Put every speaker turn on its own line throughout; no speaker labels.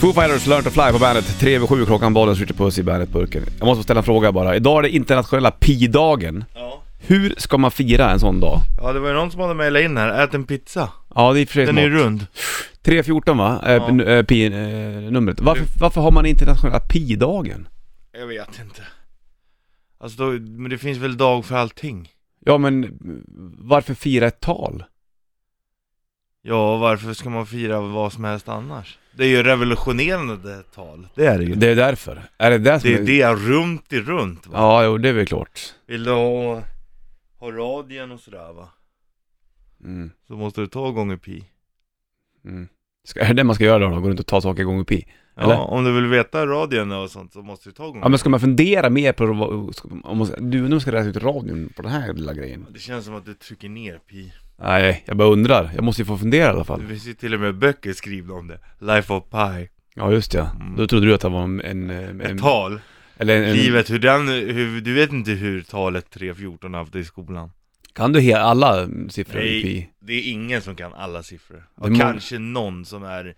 Foo Fighters, Learn to Fly på bandet. 3 över 7 klockan, bollen skjuter puss i bandetburken. Jag måste få ställa en fråga bara. Idag är det internationella pi-dagen.
Ja.
Hur ska man fira en sån dag?
ja, det var ju någon som hade mejlat in här, ät en pizza.
Ja, det är i och för sig
Den är ju rund.
314 va? Eh,
Ja.
Ja. Pi-numret. eh, Varför, varför har man internationella pi-dagen?
Jag vet inte. Alltså, då, men det finns väl dag för allting?
Ja men, mm, varför fira ett tal?
Ja, varför ska man fira vad som helst annars? Det är ju revolutionerande det här tal. Det är ju.
Det är därför. Är det där som
Det är det runt i runt va?
Ja, jo det är väl klart.
Vill du ha, ha radien och sådär va?
Mm.
Så måste du ta gånger pi.
Mm. Ska, är det det man ska göra då? då? Gå runt och ta saker gånger pi?
Ja,
Eller?
om du vill veta radien och sånt så måste du ta gånger
Ja men ska man fundera mer på vad- ska- om man, ska- du undrar om man ska räkna ut radion på den här lilla grejen?
Det känns som att du trycker ner pi.
Nej, jag bara undrar. Jag måste ju få fundera i alla fall.
Det finns ju till och med böcker skrivna om det. Life of Pi.
Ja just ja.
Mm.
Då trodde du att det var en... en, eh, en
Ett tal.
Eller en, en,
Livet, hur den, hur, du vet inte hur talet 314 har haft det i skolan.
Kan du he- alla mm, siffror i
Nej.
pi?
Det är ingen som kan alla siffror.
Det är
Ja,
många-
kanske någon som är... eh,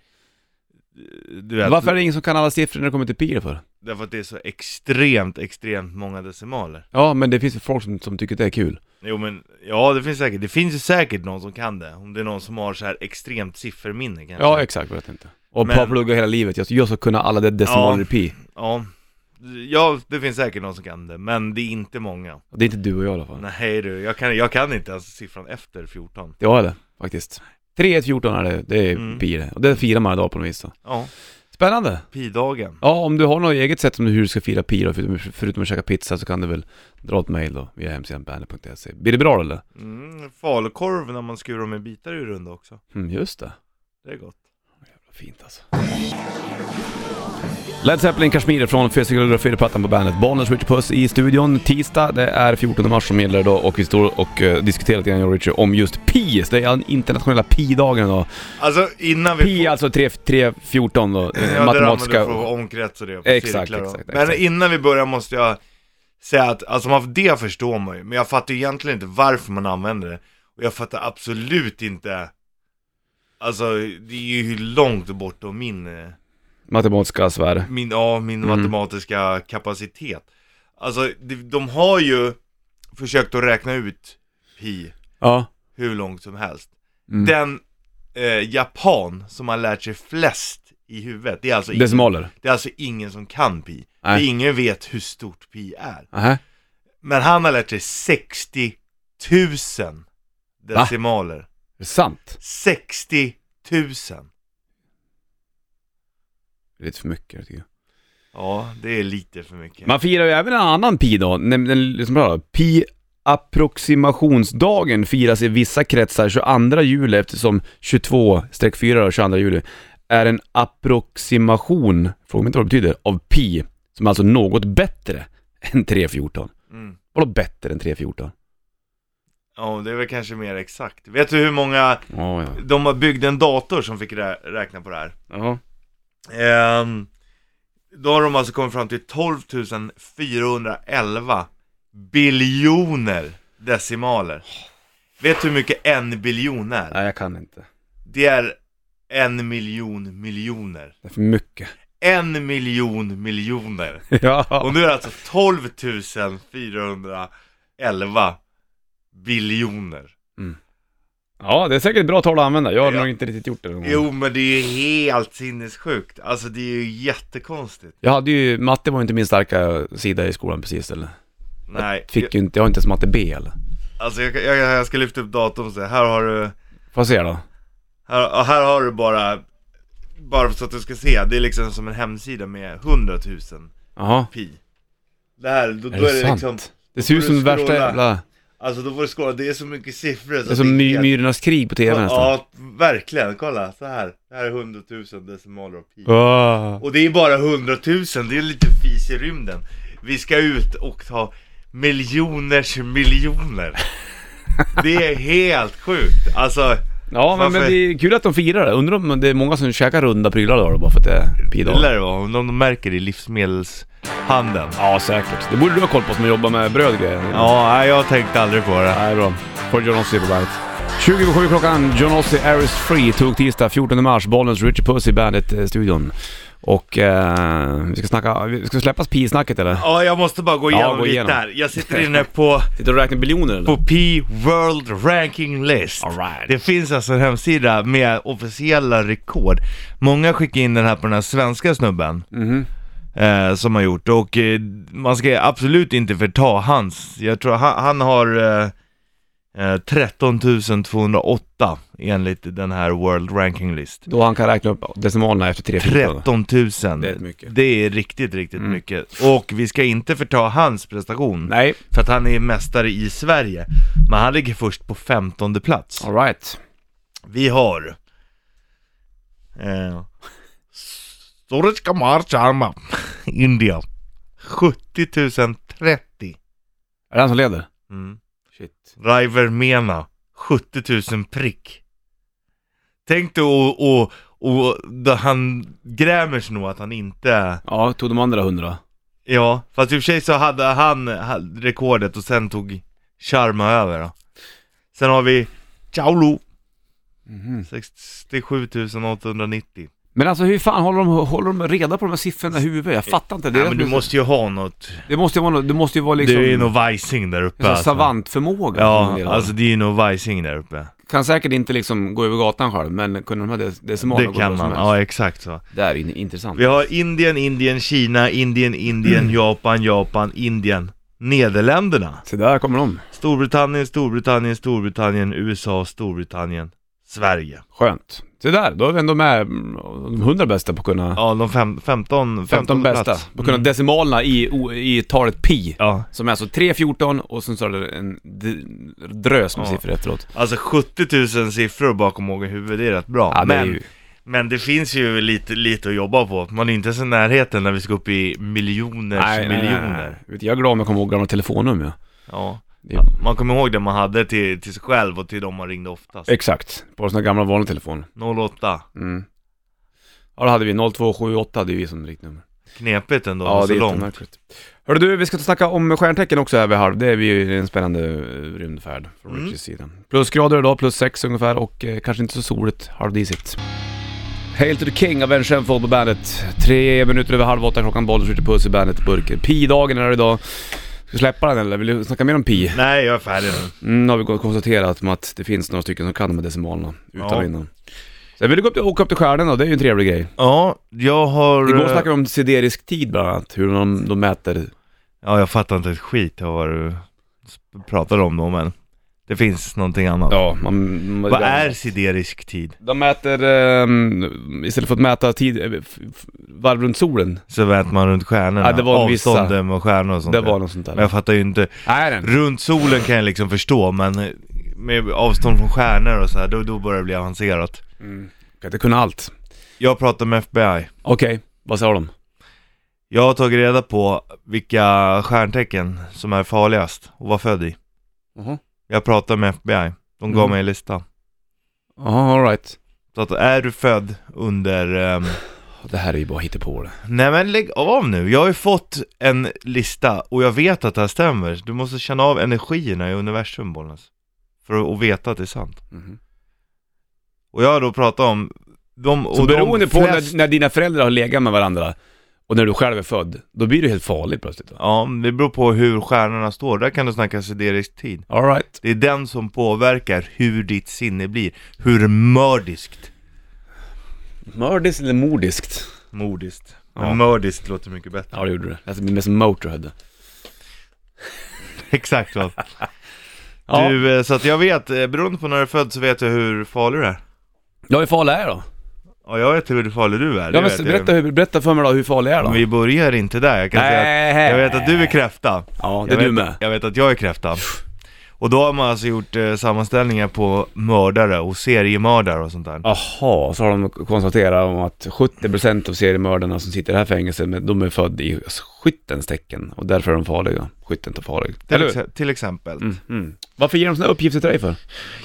Du vet,
Varför är det ingen som kan alla siffror när det kommer till pi då för?
Därför att det är så extremt, extremt många decimaler.
Ja men det finns ju folk som, som tycker det är kul.
Jo men, ja det finns säkert, det finns ju säkert någon som kan det. Om det är någon som har så här extremt sifferminne kanske.
Ja exakt, vet inte. Och
Men-
bara plugga hela livet. Jag, jag ska kunna alla de- decimaler
Ja.
i pi.
ja. Ja, det finns säkert någon som kan det, men det är inte många.
Det är inte du och jag i alla fall.
Nej du, jag kan, jag kan inte ens siffran efter 14.
Det var det, faktiskt. 3 14 är det, det är
Mm.
pi det. Och det firar man idag på något vis då.
Ja,
Spännande!
pi-dagen.
Ja, om du har något eget sätt om hur du ska fira pi då, förutom, förutom att käka pizza så kan du väl dra ett mejl då via hemsidan bandet.se. Blir det bra eller?
Mm, falukorv när man skurar dem i bitar är ju runda också.
Mm, just det.
Det är gott.
Jävla fint alltså. Led Zeppelin Kashmir från Physical Graffiti-plattan på bandet. Bonus Rich Puss i studion tisdag. Det är 14 mars som gäller idag och vi står och eh, diskuterar lite grann jag och Richie om just pi. Så Det är den internationella pi-dagen idag.
Alltså innan vi...
Pi alltså 3, 3 14 då, eh,
ja,
matematiska...
Där man får omkrets och det. på
Exakt,
cirklar och-
exakt,
Men
exakt.
innan vi börjar måste jag säga att, alltså man, det förstår man ju. Men jag fattar ju egentligen inte varför man använder det. Och jag fattar absolut inte. Alltså det är ju långt bortom min... eh,
matematiska sfär.
min, ja, min
Mm.
matematiska kapacitet. Alltså, de, de har ju försökt att räkna ut pi
Ja.
hur långt som helst.
Mm.
Den eh, japan som har lärt sig flest i huvudet, det är alltså, ingen,
Decimaler.
det är alltså ingen som kan pi. Det är
Nej.
ingen vet hur stort pi är.
Aha.
Men han har lärt sig 60 000 decimaler.
Är det sant?
60 000.
Det är lite för mycket tycker jag.
Ja, det är lite för mycket.
Man firar ju även en annan pi då, nämligen liksom bra, pi approximationsdagen firas i vissa kretsar 22 juli eftersom 22-4 och 22 juli är en approximation, fråga mig inte vad det betyder, av pi som är alltså något bättre än 314.
Mm.
Vadå bättre än 314?
Ja, det är väl kanske mer exakt. Vet du hur många
Ja, ja.
De har byggt en dator som fick rä- räkna på det här.
Ja.
Ehm, då har de alltså kommit fram till 12 411 biljoner decimaler. Vet du hur mycket en biljon är?
Nej, jag kan inte.
Det är en miljon miljoner.
Det är för mycket.
En miljon miljoner.
ja.
Och nu är det alltså 12 411 biljoner.
ja, det är säkert ett bra tal att använda. Jag har nog inte riktigt gjort det någon gång.
Jo, men det är ju helt sinnessjukt. Alltså, det är ju jättekonstigt.
Jag hade ju, matte var ju inte min starka sida i skolan precis eller?
Nej,
Fick ju inte, jag har inte ens matte B eller?
Alltså jag, jag, jag ska lyfta upp datorn och säga, här har du,
Får jag se då?
här, här har du bara, bara så att du ska se, det är liksom som en hemsida med 100 000
Jaha,
pi. Det här, då, då
är det,
är det
sant?
liksom,
det ser ut som
får du
värsta
scrolla.
jävla...
alltså då får du skåla, det är så mycket siffror så
Det är som my, Myrornas krig på TV nästan.
Ja, verkligen, kolla, så här, det här är 100 000 decimaler av pi.
Åh.
Och det är bara 100 000, det är lite fis i rymden. Vi ska ut och ta miljoners miljoner. Det är helt sjukt, alltså
Ja men, men
Varför-
det är kul att de firar det. Undrar om det är många som käkar runda prylar då, då bara för att det är
Det lär
pi-dag.
det vara, om de märker det i livsmedelshandeln.
Ja säkert. Det borde du ha koll på som jobbar med bröd och grejer.
Ja, nej, jag tänkte aldrig på det.
Nej, bra. Får John Ossie på bandet. 27 klockan, John Ossie Aris Free, tog tisdag 14 mars, Bollnäs Richard Puss i bandet-studion. eh, Och eh, vi ska snacka, vi ska släppas pi-snacket eller?
Ja, jag måste bara gå
Ja,
igenom
gå
lite
igenom.
där. Jag sitter inne på,
Sitter du och räknar biljoner eller?
på P World Ranking List.
Alright.
Det finns alltså en hemsida med officiella rekord. Många skickar in den här på den här svenska snubben
Mhm.
eh, som har gjort och eh, man ska absolut inte förta hans. Jag tror han, han har eh, eh, 13 208 enligt den här World Ranking List.
Då han kan räkna upp decimalerna efter tre fyra.
13 000.
Det är mycket.
Det är riktigt, riktigt
Mm.
mycket. Och vi ska inte förta hans prestation.
Nej,
För att han är mästare i Sverige. Men han ligger först på 15 plats.
alright.
Vi har... Eh, Suraj Kumar Sharma, India. 70 030.
Är det han som leder?
Mm.
Shit.
Raiver Mena, 70 000 prick. Tänk dig och, och, och då han grämer sig nog att han inte...
Ja, tog de andra hundra.
Ja, fast i och för sig så hade han hade rekordet och sen tog Sharma över då. Sen har vi Chaulu, Mhm. 67 890.
Men alltså hur fan håller de, håller de reda på de här siffrorna i huvudet? Jag fattar inte. Det,
Ja,
är
men
det
du
som-
måste ju ha något.
det måste ju vara, något- det måste ju vara liksom...
Det är ju nog vajsing där uppe. alltså.
en sån savantförmåga. som de
Ja,
delar.
alltså det är ju nog vajsing där uppe.
Kan säkert inte liksom gå över gatan själv, men kunde de här dec- decimalerna
Det
gå bra
kan
som
man,
helst?
ja exakt så.
Det här är in- intressant.
Vi har Indien, Indien, Kina, Indien, Indien,
Mm.
Japan, Japan, Indien, Nederländerna.
Så där kommer de.
Storbritannien, Storbritannien, Storbritannien, USA, Storbritannien, Sverige.
Skönt. Så där, då är vi ändå med mm, de hundra bästa på att kunna...
Ja, de fem, 15,
15
15
bästa.
plats. Mm.
På att kunna decimalerna i, o- i talet pi.
Ja,
Som är alltså 3, 14 och sen så är det en d- drös med
Ja.
siffror efteråt.
alltså 70 000 siffror bakom Åge huvud, det är rätt bra.
Ja, det är
men,
ju...
men det finns ju lite, lite att jobba på. Man är inte ens i närheten när vi ska upp i miljoners miljoner.
Vet du, Jag är glad om jag kommer ihåg gamla telefonnummer. ja.
Ja.
Det-
Ja, Man kommer ihåg det man hade till, till sig själv och till de man ringde oftast.
Exakt. På sådana gamla vanliga telefoner.
08.
Mm. Ja, då hade vi 0278, det är vi som riktnummer.
Knepigt ändå,
ja,
så
det är
långt.
jättemärkligt. Hörru du, vi ska snacka om stjärntecken också här vid halv. Det är ju en spännande eh, rymdfärd från
Mm.
Richies sida. Plusgrader idag, plus sex ungefär och eh, kanske inte så soligt, halvdisigt. Hail to the King av Ben Shemfold på bandet. Tre minuter över halv åtta klockan, Bollnäs skjuter puss i bandet burken. Pi-dagen är det idag. Ska vi släppa den eller? Vill du snacka mer om pi?
Nej, jag är färdig nu.
Mm, nu har vi gått- konstaterat med att det finns några stycken som kan de här decimalerna utan
Ja.
och innan. Sen vill du gå upp till, åka upp till stjärnorna, det är ju en trevlig grej.
Ja, jag har...
Igår snackade vi om siderisk tid bland annat, hur de, de mäter.
Ja, jag fattar inte ett skit av vad du s- pratade om då, men det finns någonting annat.
Ja, man,
Vad är siderisk tid?
De mäter, ehm, istället för att mäta tid, eh, f- f- varv runt solen.
Så vänt man runt stjärnorna,
Ja, det var vissa.
avstånden och stjärnor och sånt
Det
där.
var något sånt där.
Men jag fattar ju inte,
Nej, den.
runt solen kan jag liksom förstå men med avstånd från stjärnor och så här, då, då börjar det bli avancerat.
Mm. Kan inte kunna allt.
Jag pratar med FBI.
Okej, vad sa de?
Jag har tagit reda på vilka stjärntecken som är farligast att vara född i.
Jaha,
Jag pratar med FBI. De gav
Mm.
mig en lista.
all alright.
Så att är du född under... ehm,
Det här är ju bara hittepå det.
Nej men lägg av nu, jag har ju fått en lista och jag vet att det här stämmer. Du måste känna av energierna i universum Bollnäs. För att, att veta att det är sant.
Mhm.
Och jag har då pratat om de,
Så
och
beroende
de
på
flest-
när, när dina föräldrar har legat med varandra och när du själv är född, då blir du helt farlig plötsligt. va?
Ja, men det beror på hur stjärnorna står. Där kan du snacka siderisk tid.
All right.
Det är den som påverkar hur ditt sinne blir. Hur mördiskt.
Mördiskt eller mordiskt?
Mordiskt.
Ja.
Men mördiskt låter mycket bättre.
Ja, det gjorde det. Alltså, det blir mer som Motorhead.
Exakt va.
Ja.
Du, eh, så att jag vet, eh, beroende på när du är född så vet jag hur farlig du är.
Ja, hur farlig är jag då?
Ja, jag vet hur farlig du är.
Ja,
Det vet
men,
jag.
berätta, hur, berätta för mig då, hur farlig är jag
Men
då?
vi börjar inte där, jag kan säga
Nej.
att jag vet att du är kräfta.
Ja, det
jag
är du
vet,
med.
Jag vet att jag är kräfta. Och då har man alltså gjort eh, sammanställningar på mördare och seriemördare och sånt där.
Jaha, så har de konstaterat om att 70% av seriemördarna som sitter i det här fängelset, men de är födda i skyttens tecken och därför är de farliga. Skytten är farlig.
Till,
Eller hur?
exe- till exempel.
Mm, mm. Varför ger de sådana uppgifter till dig för?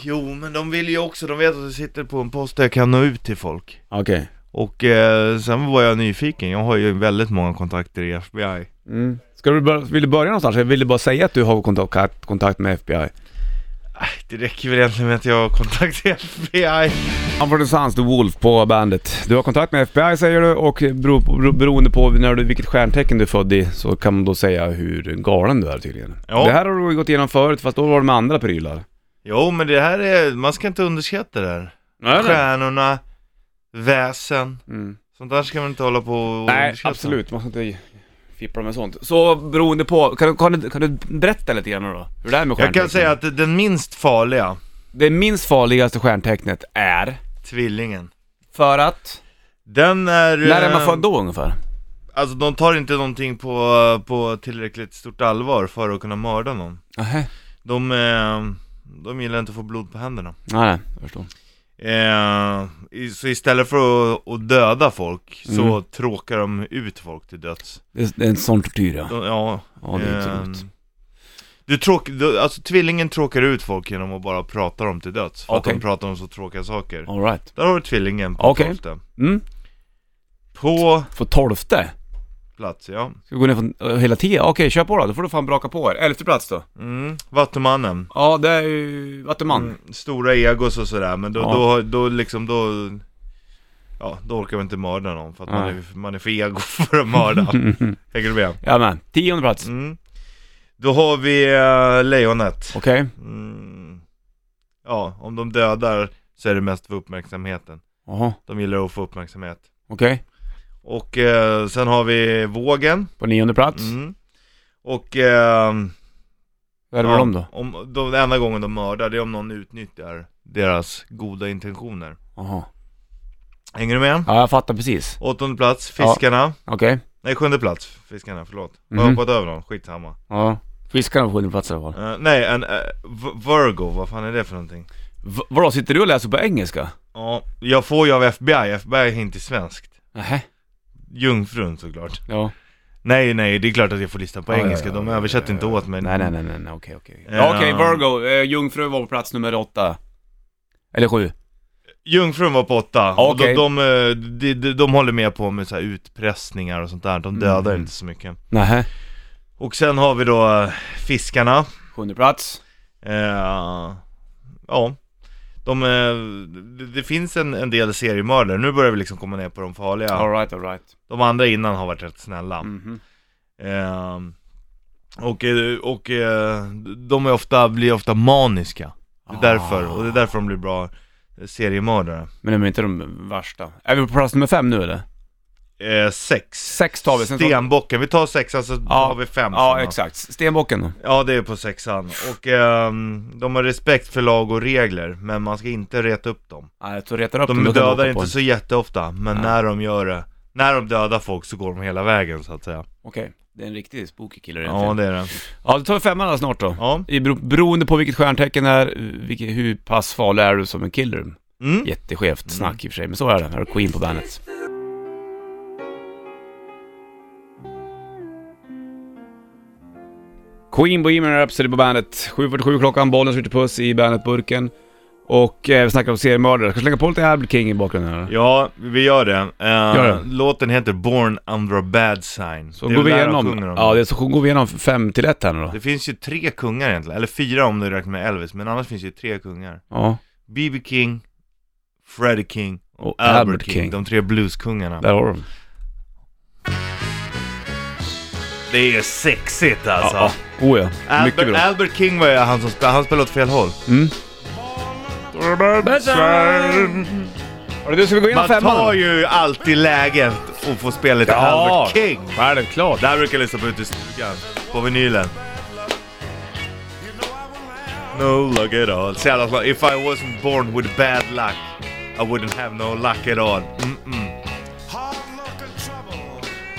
Jo, men de vill ju också, de vet att du sitter på en post där jag kan nå ut till folk.
Okej.
Och eh, sen var jag nyfiken, jag har ju väldigt många kontakter i FBI.
Mm. Ska du börja, vill du börja någonstans? Eller vill du bara säga att du har kontakt, kontakt med FBI?
Det räcker väl egentligen med att jag har kontakt i FBI.
Mumford Sons, The Wolf på bandet. Du har kontakt med FBI säger du och bero, bero, beroende på när du, vilket stjärntecken du är född i så kan man då säga hur galen du är tydligen.
Ja.
Det här har du gått igenom förut fast då var det med andra prylar.
Jo, men det här är, man ska inte underskatta det här. Stjärnorna, väsen,
Mm.
sånt där ska man inte hålla på och
Nej,
underskatta.
absolut. Man ska inte fippla med sånt. Så beroende på, kan, du- kan, du, kan du berätta lite grann då? Hur det är med
Jag
stjärntecken?
kan säga att den minst farliga,
Det minst farligaste stjärntecknet är,
tvillingen.
för att...
Den är...
När är man
eh,
född då ungefär?
Alltså de tar inte någonting på, på tillräckligt stort allvar för att kunna mörda någon.
Nähä.
De, eh, de gillar inte att få blod på händerna.
Nej, nej, jag förstår.
Eh, i- så istället för att, att döda folk så
Mm.
tråkar de ut folk till döds.
Det är, det är en sån tortyr ja.
De, ja,
Ja, det är inte så
ehm,
roligt.
du tråk, du, alltså tvillingen tråkar ut folk genom att bara prata dem till döds, för att
Okej.
de pratar om så tråkiga saker.
All right.
Där har du tvillingen på
Okej.
tolfte.
Mm.
På
För tolfte?
plats, ja.
Ska vi gå ner från eh, hela tio? Okej, kör på då. Då får du fan braka på er. Elfte plats då?
Mm. Vattumannen.
Ja, det är ju Vattuman.
Mm, stora egos och sådär, men då,
Ja.
då, då liksom då... Ja, då orkar man inte mörda någon för att man
Nej.
är, man är för ego för att mörda. Hänger du med?
Ja men, tionde plats.
Mm. Då har vi eh, lejonet.
Okej.
Mm. Ja, om de dödar så är det mest för uppmärksamheten.
Jaha,
De gillar att få uppmärksamhet.
okej.
Och eh, sen har vi vågen.
På nionde plats.
Mm. Och... Eh,
Vad är det
ja,
med dem då?
Om, då? Den enda gången de mördar, det är om någon utnyttjar deras goda intentioner.
Jaha.
Hänger du med?
Ja, jag fattar precis.
Åttonde plats, fiskarna.
Okej.
Nej, sjunde plats, fiskarna, förlåt. Jag har
Mhm.
hoppat över någon, skitsamma.
Ja. Fiskarna på sjunde plats i alla fall.
Eh, nej, en eh, v- Virgo, vad fan är det för någonting?
V- vadå, sitter du och läser på engelska?
Ja, jag får ju av FBI, FBI är inte svenskt.
Nähä.
Jungfrun såklart.
Ja.
Nej, nej, det är klart att jag får listan på
Ja,
engelska,
ja, ja,
de
ja,
översätter
ja,
inte åt mig.
Nej, nej, nej, nej, nej, okej, okej.
Ja.
Ja, Okej, Virgo. Eh, jungfru var på plats nummer åtta. Eller sju.
Jungfrun var på åtta, och
Ah, Okej.
de, de, eh, de, de, de håller med på med så här utpressningar och sånt där, de dödar
Mm.
inte så mycket.
Nähä.
Och sen har vi då eh, fiskarna.
Sjunde plats.
Eh, ja. De, eh, det, det finns en, en del seriemördare, nu börjar vi liksom komma ner på de farliga.
All right, all right.
De andra innan har varit rätt snälla.
Mhm.
Ehm, och eh, och eh, de är ofta, blir ofta maniska.
Ah.
Det är därför, och det är därför de blir bra seriemördare.
Men de är inte de värsta. Är vi på plats nummer fem nu eller?
Eh, sex.
Sex tar vi, sen tar-
Stenbocken, vi tar sexan så
Ja.
har vi fem
Ja,
sen då.
exakt. Stenbocken då?
Ja, det är på sexan. Och ehm, de har respekt för lag och regler, men man ska inte reta upp dem.
Nej, jag tror jag retar upp
De
dem, då kan jag
dödar
hoppa på
inte
en.
så jätteofta, men
Nej.
när de gör det, när de dödar folk så går de hela vägen så att säga.
Okej, det är en riktig spooky killer
Ja,
egentligen.
det är det.
Ja, då tar vi femman då snart då.
Ja.
I bero- Beroende på vilket stjärntecken det är, vilket, hur pass farlig är du som en killer?
Mm.
Jätteskevt snack i och för sig, men så är det. Här har Queen på bandet. Queen Bohemian Rhapsody på bandet. 7.47 klockan, bollen skjuter puss i bandetburken. Och eh, vi snackar om seriemördare. Ska jag slänga på lite Albert King i bakgrunden eller?
Ja, vi gör det. Eh,
det.
Låten heter Born Under a Bad Sign.
Så
Det är
går
väl
vi
där de
igenom,
sjunger om
ja,
det.
det är så går vi igenom fem till ett här nu då.
Det finns ju tre kungar egentligen, eller fyra om du räknar med Elvis, men annars finns det ju tre kungar.
Ja,
B.B. King, Freddie King och,
Och
Albert,
Albert
King.
King.
De tre blueskungarna.
där har de.
Det är sexigt alltså.
Ja, ja. Oh ja, mycket
Albert,
bra.
Albert King var ju han som spelade, han spelade åt fel håll.
Mm. Hörru du, ska vi gå igenom
Man
femman? då?
tar ju alltid läget och får spela lite
Ja.
Albert King.
Självklart.
Det här brukar jag lyssna på ute i stugan, på vinylen. No luck at all. Så jävla bra. If I wasn't born with bad luck, I wouldn't have no luck at all. Mm-mm.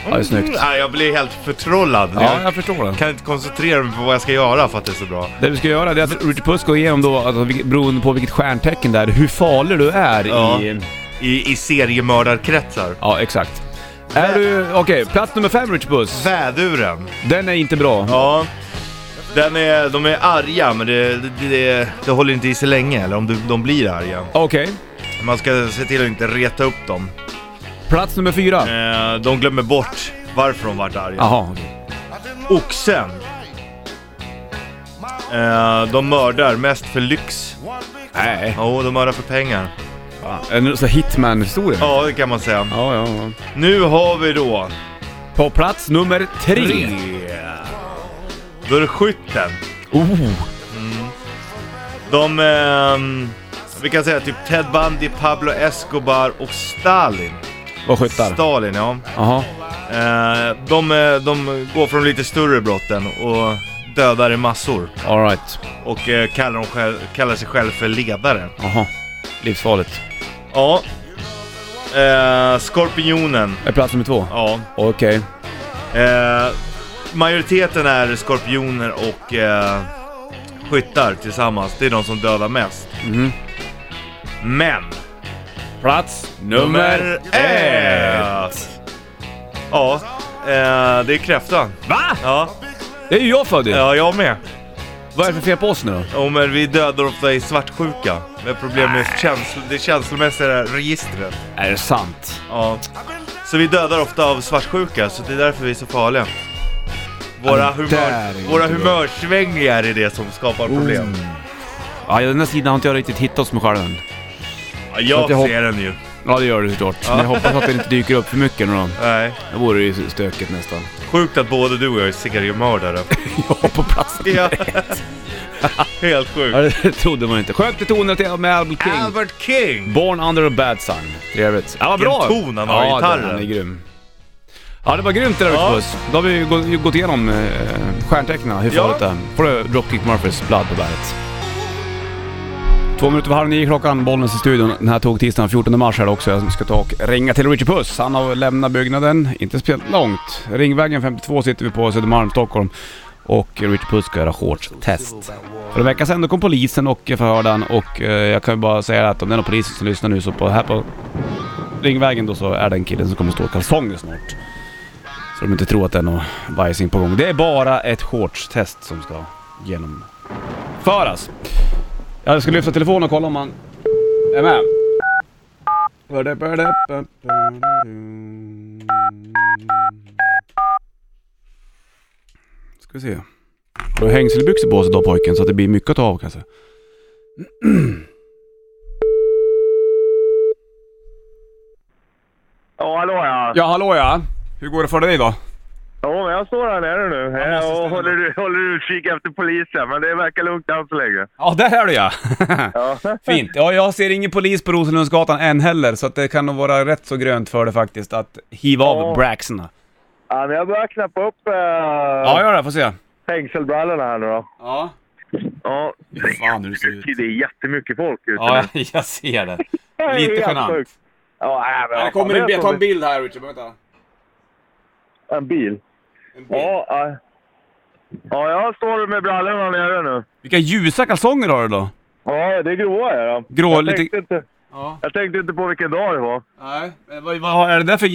Ja, det är snyggt.
Mm, Nej, jag blir helt förtrollad.
Mm. Ja,
jag
jag förstår det.
kan inte koncentrera mig på vad jag ska göra för att det är så bra.
Det vi ska göra det är att Richard Puss går igenom då, alltså, vilket- beroende på vilket stjärntecken det är, hur farlig du är
Ja.
i...
I, i seriemördarkretsar.
Ja, exakt. Är du... Okej, plats nummer fem Richard Puss.
Väduren.
Den är inte bra.
Ja. Den är, de är arga, men det, det, det, det håller inte i sig länge. Eller om du, de blir arga.
Okej,
Man ska se till att inte reta upp dem.
plats nummer fyra.
Eh, de glömmer bort varför de vart arga.
Jaha, okej.
Oxen. Eh, de mördar mest för lyx.
Nej.
Jo, de mördar för pengar.
fan. Är det någon sån här hitman-historia?
Ja, det kan man säga.
Ja, ja, ja.
Nu har vi då...
På plats nummer tre.
Då är det skytten.
Oh.
De... ehm, vi kan säga typ Ted Bundy, Pablo Escobar och Stalin.
Vad skyttar?
Stalin, ja.
Jaha.
Eh, de, eh, de går från lite större brotten och dödar i massor.
Alright.
Och eh, kallar, de själv, kallar sig själv för ledare.
Jaha. Livsfarligt.
Ja. Eh, Skorpionen.
Är plats nummer två?
Ja.
Okej.
Eh, majoriteten är skorpioner och eh, skyttar tillsammans. Det är de som dödar mest.
Mhm.
Men
Plats
Nummer ett. Ja, eh, det är kräftan.
Va?
Ja,
Det är ju jag född i.
ja, jag med.
Vad är det för fel på oss nu då?
Och men vi dödar ofta i svartsjuka. Med problem med känsl det känslomässiga registret.
Är det sant?
Ja. Så vi dödar ofta av svartsjuka, så det är därför vi är så farliga. Våra,
Ja, men där är
humör,
inte
våra
bra. Oh.
humörsvängningar är det som skapar problem.
Ja, den här sidan har inte jag riktigt hittat hos mig själv än.
Ja,
Så att jag
jag
hopp-
ser den ju.
Ja, det gör det såklart. Men jag hoppas att det inte dyker upp för mycket nu då.
Nej.
Det vore ju stökigt nästan.
Sjukt att både du och jag är seriemördare.
Ja, på plats.
ja. Helt sjukt.
Ja, det trodde man inte. Skönt i tonen till- med Albert King.
Albert King!
Born under a bad sun. Trevligt. Ja, vad
Vilken
bra!
ton han har i
ja,
gitarren.
den- Han är grym. Ja, det var grymt det där
Ja.
ja. Då har vi ju gå- gått igenom eh, stjärntecknen, hur
Ja.
farligt det är. får du Dropkick Murphys Blood på bandet. Två minuter över halv nio klockan, Bollnäs i studion. Den här tog tisdagen 14 mars här också. Jag ska ta och ringa till Richie Puss. Han har lämnat byggnaden, inte speciellt långt. Ringvägen 52 sitter vi på Södermalm, Stockholm. Och Richie Puss ska göra shortstest. För en vecka sedan då kom polisen och förhörde han och eh, jag kan ju bara säga att om det är någon polis som lyssnar nu så på, här på Ringvägen då så är den killen som kommer stå i kalsonger snart. Så de inte tror att det är någon vajsing på gång. Det är bara ett shortstest som ska genomföras. Jag ska lyfta telefonen och kolla om han är med. Ska vi se. Har du hängselbyxor på sig idag pojken så att det blir mycket att ta av kanske?
Ja, hallå ja.
Ja hallå ja! Hur går det för dig då?
Jo, men jag står här nere nu
måste
ja,
ställa
och håller, håller utkik efter polisen, men det verkar lugnt än så länge.
Ja där är du ja!
Ja.
Fint. Ja, jag ser ingen polis på Rosenlundsgatan än heller, så att det kan nog vara rätt så grönt för det faktiskt att hiva av
Ja.
braxerna.
ja, men jag börjar knappa upp eh,
Ja, gör det. Får se.
hängselbrallorna här nu då.
Ja.
Ja,
Fan hur det ser ut.
det är jättemycket folk ute
Ja, jag ser det.
nu. Det är
lite
helt
genant.
sjukt. Ja, nej, men,
Här
vad
kommer
fan,
en
det
bild.
är
Ta
som
en bild här Richard. Vänta.
En bil.
En bild.
Ja, ja. ja, jag står med brallorna nere nu.
Vilka ljusa kalsonger har du då?
Ja, det är gråa är de.
Grå,
jag,
lite-
tänkte inte,
Ja.
jag tänkte inte på vilken dag det var.
Nej. Men Eh, vad, vad är det där för...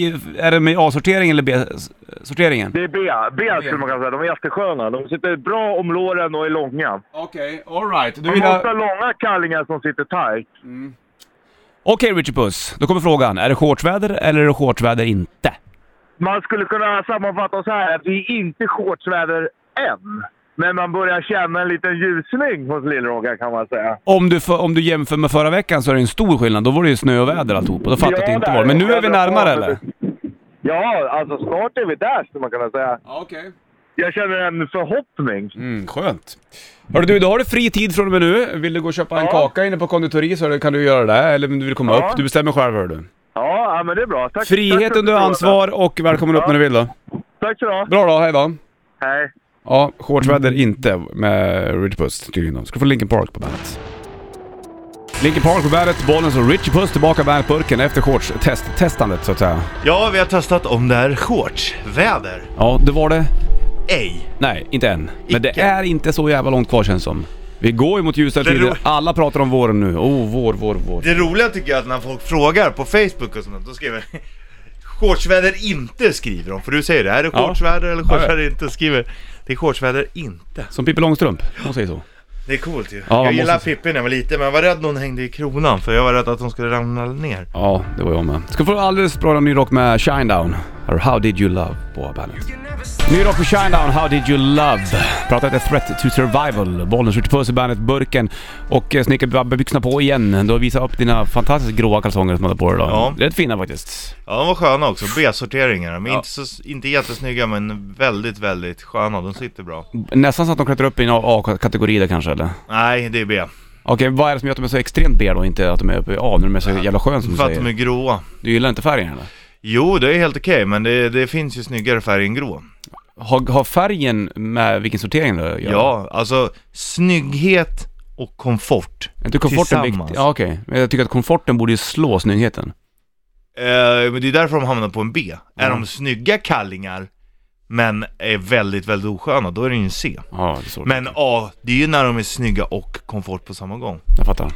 Är det med A-sorteringen eller B-sorteringen?
Det är B. B skulle man kunna säga. De är jättesköna. De sitter bra om låren och är långa.
Okej, okay, alright.
Man måste ha långa kallingar som sitter tight.
Okej Richard Puss, då kommer frågan. Är det shortsväder eller är det shortsväder inte?
Man skulle kunna sammanfatta så här att vi är inte shortsväder än. Men man börjar känna en liten ljusning hos lill kan man säga.
Om du, för, om du jämför med förra veckan så är det en stor skillnad. Då var det ju snö och väder alltihopa. Då fattar jag att det
Ja,
inte
där.
var. Men nu är vi
Jag
närmare
drar
eller?
på Ja, alltså snart är vi där skulle man kunna säga.
Ja, okej.
Jag känner en förhoppning.
Mm, skönt. Hörru du, då har du fri tid från och med nu. Vill du gå och köpa en
Ja.
kaka inne på konditori så kan du göra det. Eller om du vill komma
Ja.
upp. Du bestämmer själv hör du.
Ja, ja men det är bra. Tack,
Frihet
tack
under
för-
ansvar och välkommen upp
Ja.
när du vill då.
Tack så du ha.
Bra då, hej då.
Hej.
Ja, shortsväder
Mm.
inte med Richie Puss tydligen då. Ska få Linkin Park på bandet. Linkin Park på bandet, bollen så Richie Puss tillbaka bandetburken efter shorts-testandet så att säga.
Ja, vi har testat om det är shortsväder.
Ja, det var det.
Ej.
Nej, inte än. Men det
Icke.
är inte så jävla långt kvar känns som. Vi går ju mot ljusare
Det är
tider.
roligt.
Alla pratar om våren nu. Oh, vår, vår, vår.
Det roliga tycker jag är att när folk frågar på Facebook och sånt, då skriver Shortsväder inte skriver de, för du säger det. Är det
Ja.
shortsväder eller
Ja, ja.
shortsväder inte? Skriver. Det är shortsväder inte.
Som Pippi Långstrump, hon säger så.
Det är coolt ju.
man
jag gillar
måste-
Pippi när jag var liten, men jag var rädd när hon hängde i kronan, för jag var rädd att hon skulle ramla ner.
Ja, det var jag med. Ska få alldeles bra ny rock med Shinedown. Har How Did You Love på bandet. Ny rock på Shinedown, How Did You Love. Pratar ett Threat to Survival. Bollen skjuter puss i bandet, burken och eh, snickarbyxorna på igen. Du har visat upp dina fantastiskt gråa kalsonger som du hade på dig idag.
Ja.
Rätt fina faktiskt.
Ja, de var sköna också. B-sorteringar. De är
Ja.
inte, så, inte jättesnygga, men väldigt, väldigt sköna. De sitter bra.
Nästan så att de klättrar upp i en A-kategori där kanske eller?
Nej, det är B.
Okej, vad är det som gör att de är så extremt B då? Inte att de är uppe i A, när de är så jävla sköna som du
För att
säger.
de är gråa.
Du gillar inte färgen eller?
Jo, det är helt okej, men det, det finns ju snyggare färg än grå.
Har, har färgen med vilken sortering du gör?
Ja, alltså snygghet och komfort.
Är inte komforten
Tillsammans.
viktig? Ja, okej. Men jag tycker att komforten borde ju slå snyggheten.
Eh, men det är därför de hamnar på en B. Är
Mm.
de snygga kallingar, men är väldigt, väldigt osköna, då är det ju en C.
Ja, det är svårt.
Men A, det är ju när de är snygga och komfort på samma gång.
Jag fattar.